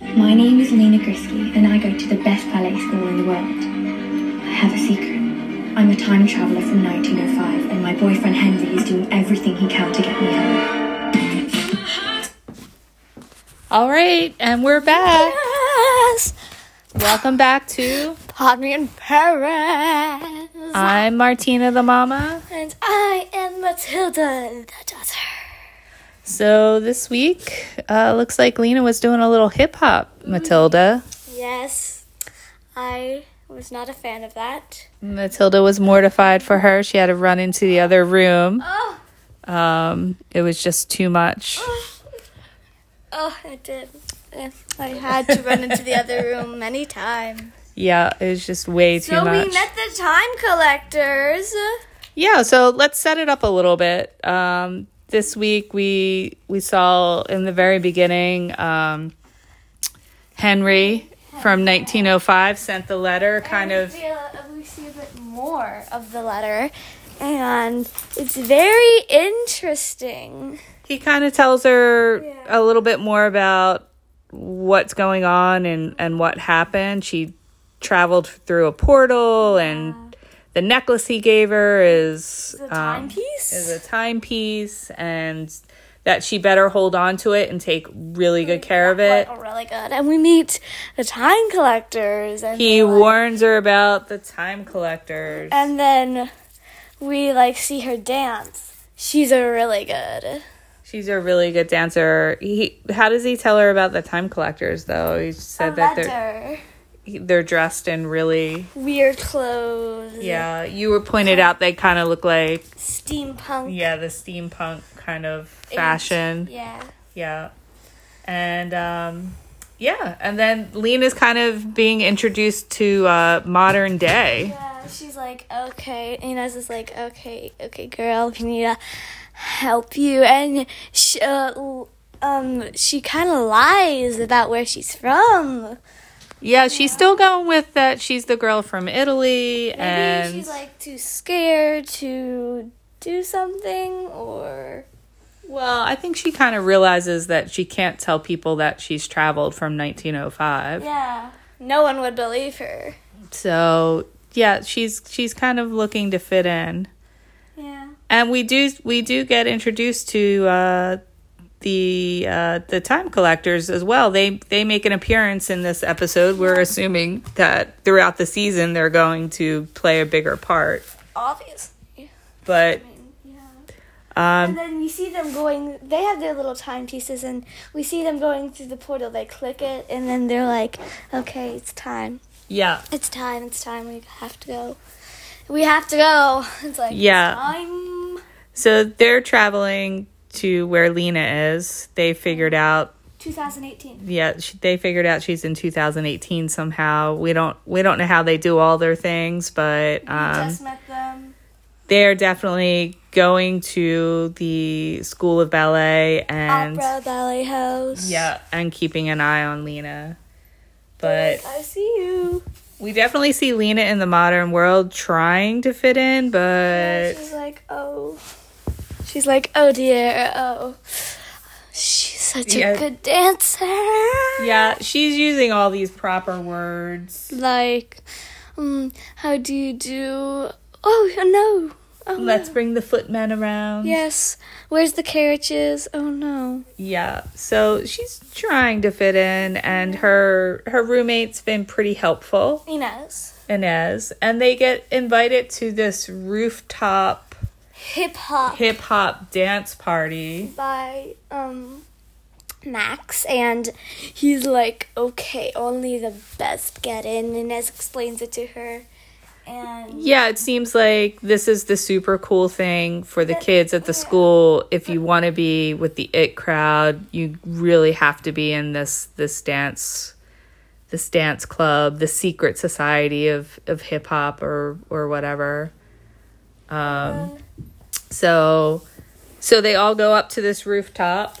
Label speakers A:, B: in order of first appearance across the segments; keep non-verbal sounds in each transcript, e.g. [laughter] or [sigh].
A: My name is Lena Grisky, and I go to the best ballet school in the world. I have a secret. I'm a time traveler from 1905, and my boyfriend Henry is doing everything he can to get me home.
B: All right, and we're back.
C: Yes.
B: Welcome back to
C: Pottery in Paris.
B: I'm Martina the Mama.
C: and I am Matilda, the daughter.
B: So this week, uh, looks like Lena was doing a little hip hop, Matilda.
C: Yes, I was not a fan of that.
B: Matilda was mortified for her. She had to run into the other room.
C: Oh,
B: Um, it was just too much.
C: oh, I did. Eh, I had to run into the other room [laughs] many times.
B: Yeah, it was just way too
C: So
B: much.
C: we met the time collectors.
B: yeah, so let's set it up a little bit. Um, this week we we saw in the very beginning um, Henry from 1905 sent the letter, kind of.
C: We see a bit more of the letter, and it's very interesting.
B: he kind of tells her a little bit more about what's going on and and what happened she traveled through a portal and the necklace he gave her is
C: The
B: um,
C: timepiece.
B: is a timepiece and that she better hold on to it and take really good care of it
C: Oh, really good. And we meet the time collectors, and
B: he
C: they're like-
B: warns her about the time collectors
C: and then we like see her dance. She's a really good.
B: she's a really good dancer he how does he tell her about the time collectors though he said that they're
C: letter.
B: they're dressed in really
C: Weird clothes.
B: Yeah, you were pointed out they kind of look like
C: Steampunk.
B: yeah, the steampunk kind of fashion.
C: Yeah.
B: Yeah. And um yeah, and then Lena's kind of being introduced to uh modern day.
C: Yeah. She's like, okay. Inez is like, okay, okay, girl, can you uh, help you? And she, uh, l- um, she kind of lies about where she's from.
B: Yeah, she's still going with that she's the girl from Italy and
C: Maybe she's like too scared to do something, or
B: well, I think she kind of realizes that she can't tell people that she's traveled from 1905.
C: yeah, no one would believe her.
B: So, yeah, she's she's kind of looking to fit in.
C: Yeah.
B: and we do we do get introduced to uh, the uh, the time collectors as well. They they make an appearance in this episode. We're assuming that throughout the season they're going to play a bigger part,
C: Obviously.
B: but um,
C: and then you see them going, they have their little timepieces, and we see them going through the portal. They click it, and then they're like, okay, it's time.
B: yeah,
C: It's time, it's time. We have to go. We have to go. [laughs] It's like,
B: Yeah.
C: it's time
B: so they're traveling to where Lena is. They figured out
C: 2018.
B: yeah she, they figured out she's in 2018 somehow. We don't we don't know how they do all their things, but um,
C: Just met them.
B: they're definitely going to the school of ballet and
C: Opera Ballet House.
B: yeah and keeping an eye on lena but
C: I see you.
B: we definitely see lena in the modern world trying to fit in but
C: She's like, oh. She's like, oh dear, oh. She's such
B: Yeah.
C: a good dancer.
B: yeah she's using all these proper words
C: Like, um, how do you do? Oh no. Oh
B: let's
C: no.
B: bring the footmen around
C: Yes. Where's the carriages? Oh no.
B: yeah so she's trying to fit in and her her roommate's been pretty helpful
C: Inez.
B: inez and they get invited to this rooftop
C: Hip hop
B: hip hop dance party.
C: by um Max and he's like, okay, only the best get in. Inez explains it to her, and
B: Yeah, it seems like this is the super cool thing for the kids at the school. If you want to be with the it crowd, you really have to be in this this dance this dance club, the secret society of of hip hop or or whatever. Um so so they all go up to this rooftop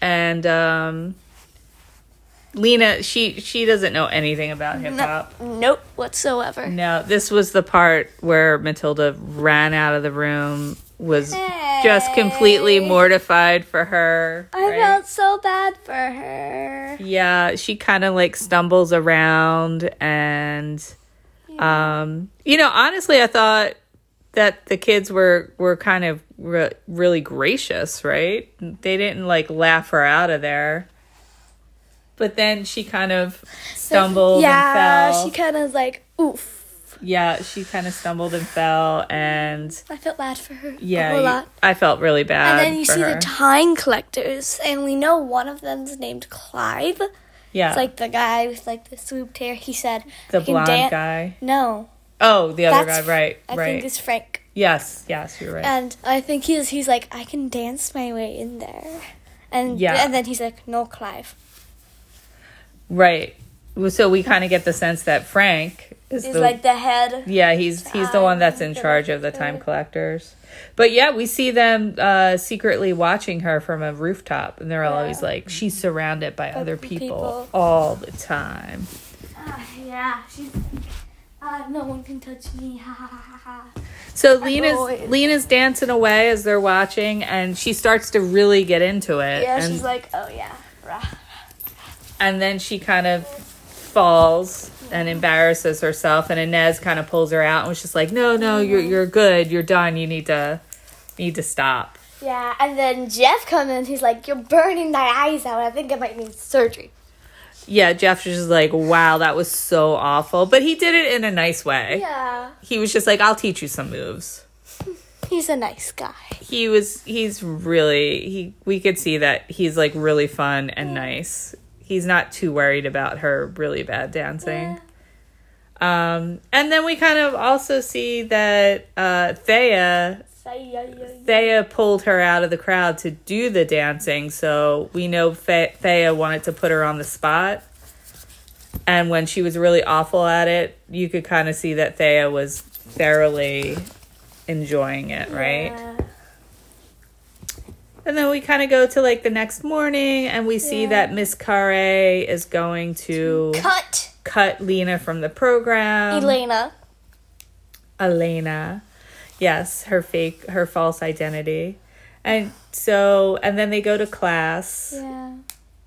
B: and um Lena she she doesn't know anything about hip hop.
C: nope whatsoever.
B: No, this was the part where Matilda ran out of the room, was just completely mortified for her.
C: I
B: right?
C: felt so bad for her. her.
B: Yeah, she kind of like stumbles around and um you know, honestly I thought that the kids were were kind of re- really gracious, right? They didn't like laugh her out of there. But then she kind of stumbled
C: yeah,
B: and fell.
C: she kind of like, oof.
B: yeah, she kind of stumbled and fell and
C: I felt bad for her a
B: yeah,
C: whole
B: you-
C: lot.
B: I felt really bad.
C: And then you
B: for
C: see
B: her.
C: the time collectors, and we know one of them's named Clive.
B: yeah,
C: It's like the guy with like the swooped hair. He said,
B: the
C: "I can
B: blonde
C: dan-
B: guy.
C: No,
B: Oh, the other guy,
C: that's-
B: right,
C: I
B: right.
C: think it's Uh, Frank.
B: yes, yes, you're right.
C: And I think he's he's like, I can dance my way in there. And
B: Yeah.
C: and then he's like, No, Clive
B: Right. Well, So we kind of get the sense that Frank is
C: is
B: the
C: like the head.
B: yeah he's he's the one that's in charge of the time collectors. But yeah, we see them uh, secretly watching her from a rooftop, and they're always like, "She's surrounded by other people,
C: people.
B: all the time."
C: Ah, yeah, she's. like, Ah, no one can touch me. [laughs] Ha ha ha ha. ha."
B: So Lena's
C: always-
B: Lena's dancing away as they're watching, and she starts to really get into it.
C: Yeah,
B: and,
C: she's like, Oh yeah. rah."
B: and then she kind of falls and embarrasses herself and Inez kind of pulls her out and was just like, "No, no, you're you're good. You're done. You need to need to stop."
C: Yeah, and then Jeff comes in. He's like, "You're burning my eyes out. I think it might need surgery."
B: Yeah, Jeff was just like, "Wow, that was so awful." But he did it in a nice way.
C: Yeah,
B: He was just like, "I'll teach you some moves."
C: he's a nice guy.
B: He was he's really he we could see that he's like really fun and nice. He's not too worried about her really bad dancing. Um, and then we kind of also see that uh, Thea
C: Say, yeah, yeah, yeah.
B: Thea pulled her out of the crowd to do the dancing, so we know Fe- Thea wanted to put her on the spot. And when she was really awful at it, you could kind of see that Thea was thoroughly enjoying it, right?
C: Yeah.
B: And then we kind of go to like the next morning and we see
C: Yeah.
B: that Miss Carre is going to
C: Cut
B: cut Lena from the program.
C: Elena.
B: Elena. Yes, her fake, her false identity. And so, and then they go to class.
C: Yeah.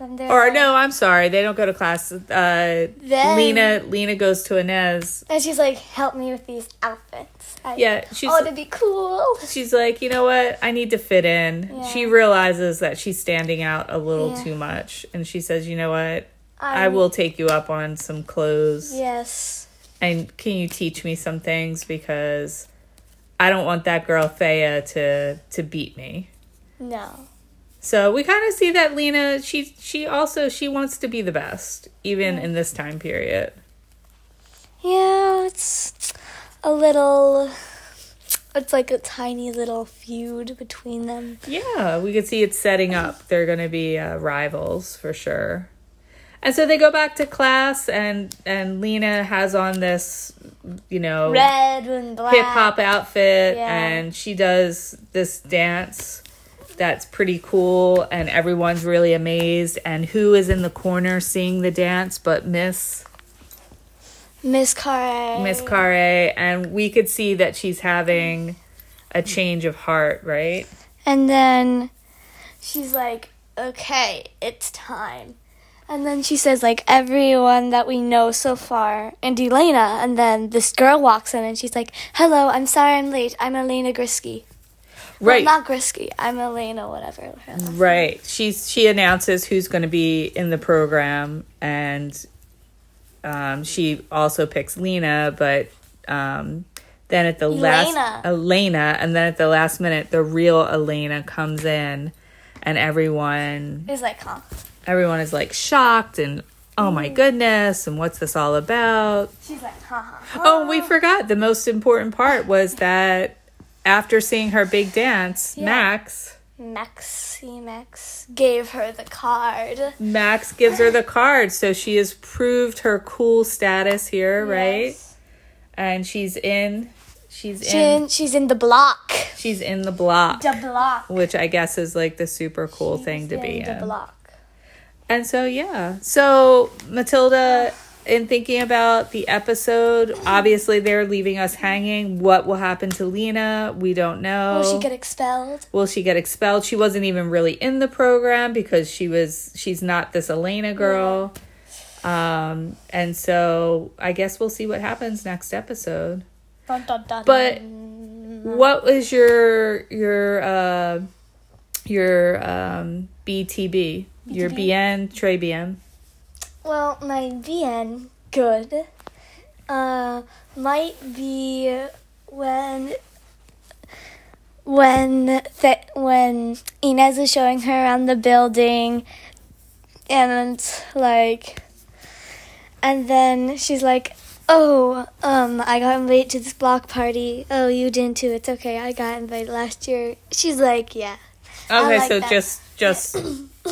B: Or no, I'm sorry, they don't go to class. Uh,
C: Then-
B: Lena, Lena goes to Inez.
C: And she's like, "Help me with these outfits." I,
B: Yeah, she's
C: Oh, to be cool.
B: she's like, you know what? I need to fit in.
C: Yeah.
B: She realizes that she's standing out a little
C: Yeah.
B: too much, and she says, you know what?
C: I,
B: I will take you up on some clothes,
C: Um, Yes.
B: and can you teach me some things because I don't want that girl Thea to to beat me.
C: No.
B: So we kind of see that Lena, she she also she wants to be the best, even in this time period.
C: Yeah, it's a little. It's like a tiny little feud between them.
B: Yeah, Uh, we could see it's setting up. They're going to be uh, rivals for sure. And so they go back to class, and and Lena has on this, you know,
C: Red and black.
B: hip hop outfit,
C: Yeah.
B: and she does this dance that's pretty cool, and everyone's really amazed. And who is in the corner seeing the dance but Miss
C: Miss Carre.
B: Miss Carre, and we could see that she's having a change of heart, right?
C: And then she's like, okay, it's time. And then she says, like, everyone that we know so far, and Elena. And then this girl walks in and she's like, hello, I'm sorry I'm late. I'm Elena Grisky.
B: Right.
C: Well, not Grisky. I'm Elena, whatever. her last-
B: right. She's she announces who's going to be in the program, and um, she also picks Lena, but um, then at the last
C: Elena.
B: Elena, and then at the last minute, the real Elena comes in, and everyone
C: It's like, huh?
B: everyone is like shocked and. Oh my goodness, and what's this all about?
C: She's like, huh, huh, huh.
B: Oh, we forgot. The most important part was that after seeing her big dance, Max
C: Maxi Max gave her the card.
B: Max gives her the card, so she has proved her cool status here, right?
C: Yes.
B: And she's in she's
C: She
B: in
C: in- she's in the block.
B: she's in the block,
C: The block.
B: which I guess is like the super cool thing to be in.
C: The block.
B: And so yeah. So Matilda in thinking about the episode, obviously they're leaving us hanging. What will happen to Lena? We don't know.
C: Will she get expelled?
B: Will she get expelled? She wasn't even really in the program because she was she's not this Elena girl. Um, and so I guess we'll see what happens next episode.
C: Dun, dun, dun.
B: But what was your your uh your um BTB? Your BN, Trey BN.
C: well, my BN good uh, might be when when th- when Inez is showing her around the building, and like, and then she's like. Oh, um, I got invited to this block party. Oh, you didn't too. It's okay. I got invited last year. She's like, yeah. I
B: Okay,
C: like
B: so
C: that.
B: just just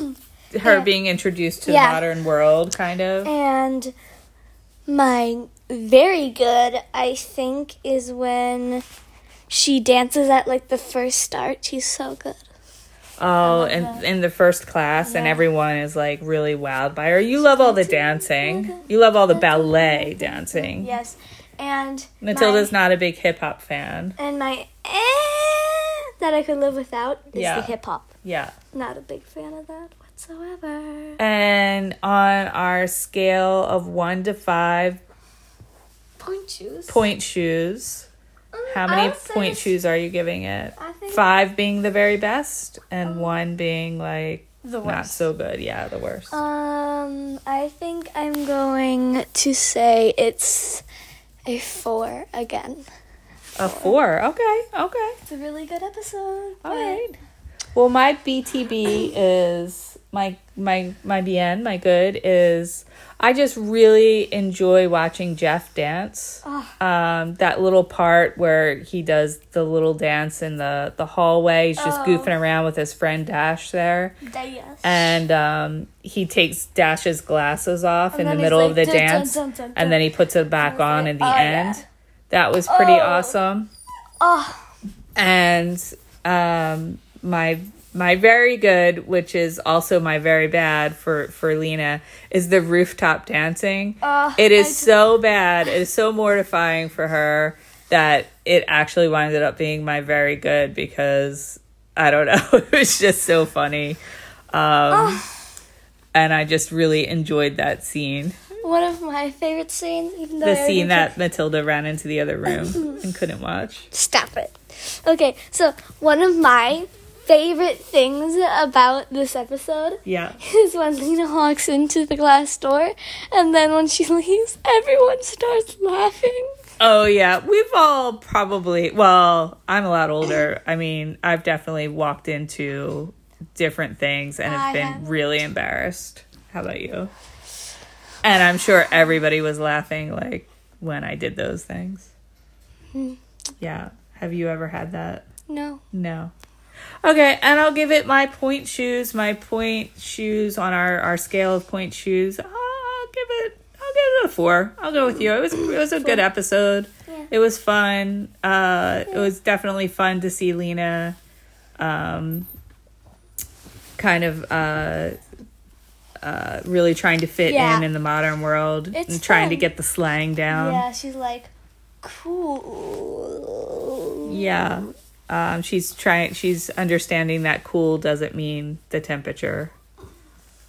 C: [clears throat]
B: her being introduced to
C: Yeah.
B: the modern world kind of.
C: And my very good, I think, is when she dances at like the first start. She's so good.
B: Oh, and in the first class and everyone is like really wowed by her. You love all the dancing. You love all the ballet dancing.
C: Yes. And
B: Matilda's
C: my,
B: not a big hip hop fan.
C: and my eh, that I could live without is
B: Yeah.
C: the hip hop.
B: Yeah.
C: Not a big fan of that whatsoever.
B: And on our scale of one to five
C: Point shoes.
B: point shoes,
C: Mm,
B: how many
C: I'll say
B: point
C: s-
B: shoes are you giving it?
C: I think-
B: Five being the very best, and one being like
D: The
B: not
D: worst.
B: so good. Yeah, the worst.
C: Uh, Um, I think I'm going to say it's a four again.
B: A four. Okay. Okay.
C: It's a really good episode.
B: All right. Well, my BTB is my my my BN. My good is I just really enjoy watching Jeff dance.
C: Ah.
B: Um, that little part where he does the little dance in the the hallway. He's
C: Oh.
B: just goofing around with his friend Dash there,
C: Yes.
B: and um, he takes Dash's glasses off in the
C: then he's
B: middle of the
C: like, "Dun, dun,
B: dance,
C: dun, dun, dun."
B: and then he puts it back on in the
C: Oh, yeah.
B: end. That was pretty
C: Oh.
B: awesome
C: Oh,
B: and um, my my very good, which is also my very bad for for Lena, is the rooftop dancing.
C: Oh,
B: it is
C: I just-
B: so bad. It is so mortifying for her that it actually winded up being my very good because I don't know. [laughs] it was just so funny. Um,
C: Ah.
B: And I just really enjoyed that scene.
C: one of my favorite scenes. Even though I
B: The
C: already
B: scene that Matilda ran into the other room and couldn't watch.
C: [laughs] Stop it. Okay, so one of my favorite things about this episode [laughs]
B: Yeah.
C: is when Lena walks into the glass door, and then when she [laughs] leaves, everyone starts laughing.
B: Oh yeah, we've all probably. Well, I'm a lot older. I mean, I've definitely walked into different things and have
C: I
B: been
C: haven't.
B: really embarrassed. How about you? And I'm sure everybody was laughing like when I did those things. Yeah. Have you ever had that?
C: No.
B: No. Okay, and I'll give it my point shoes. My point shoes on our, our scale of point shoes. I'll give it. I'll give it a four. I'll go with you. It was it was a good episode. It was fun. Uh, it was definitely fun to see Lena, um, kind of uh, uh, really trying to fit
C: Yeah.
B: in in the modern world
C: It's
B: and trying to
C: fun.
B: get the slang down.
C: yeah, she's like, cool.
B: Yeah. Um, she's trying she's understanding that cool doesn't mean the temperature.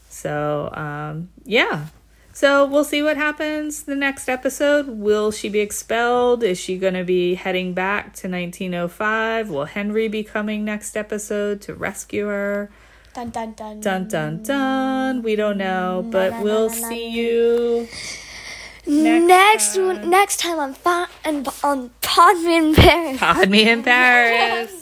B: So, um, yeah. So we'll see what happens the next episode. Will she be expelled? Is she going to be heading back to 1905? Will Henry be coming next episode to rescue her?
C: Dun dun dun.
B: Dun dun dun. We don't know, but we'll see you.
C: Next, next time on Fa- on Podman Paris.
B: Pod me in Paris.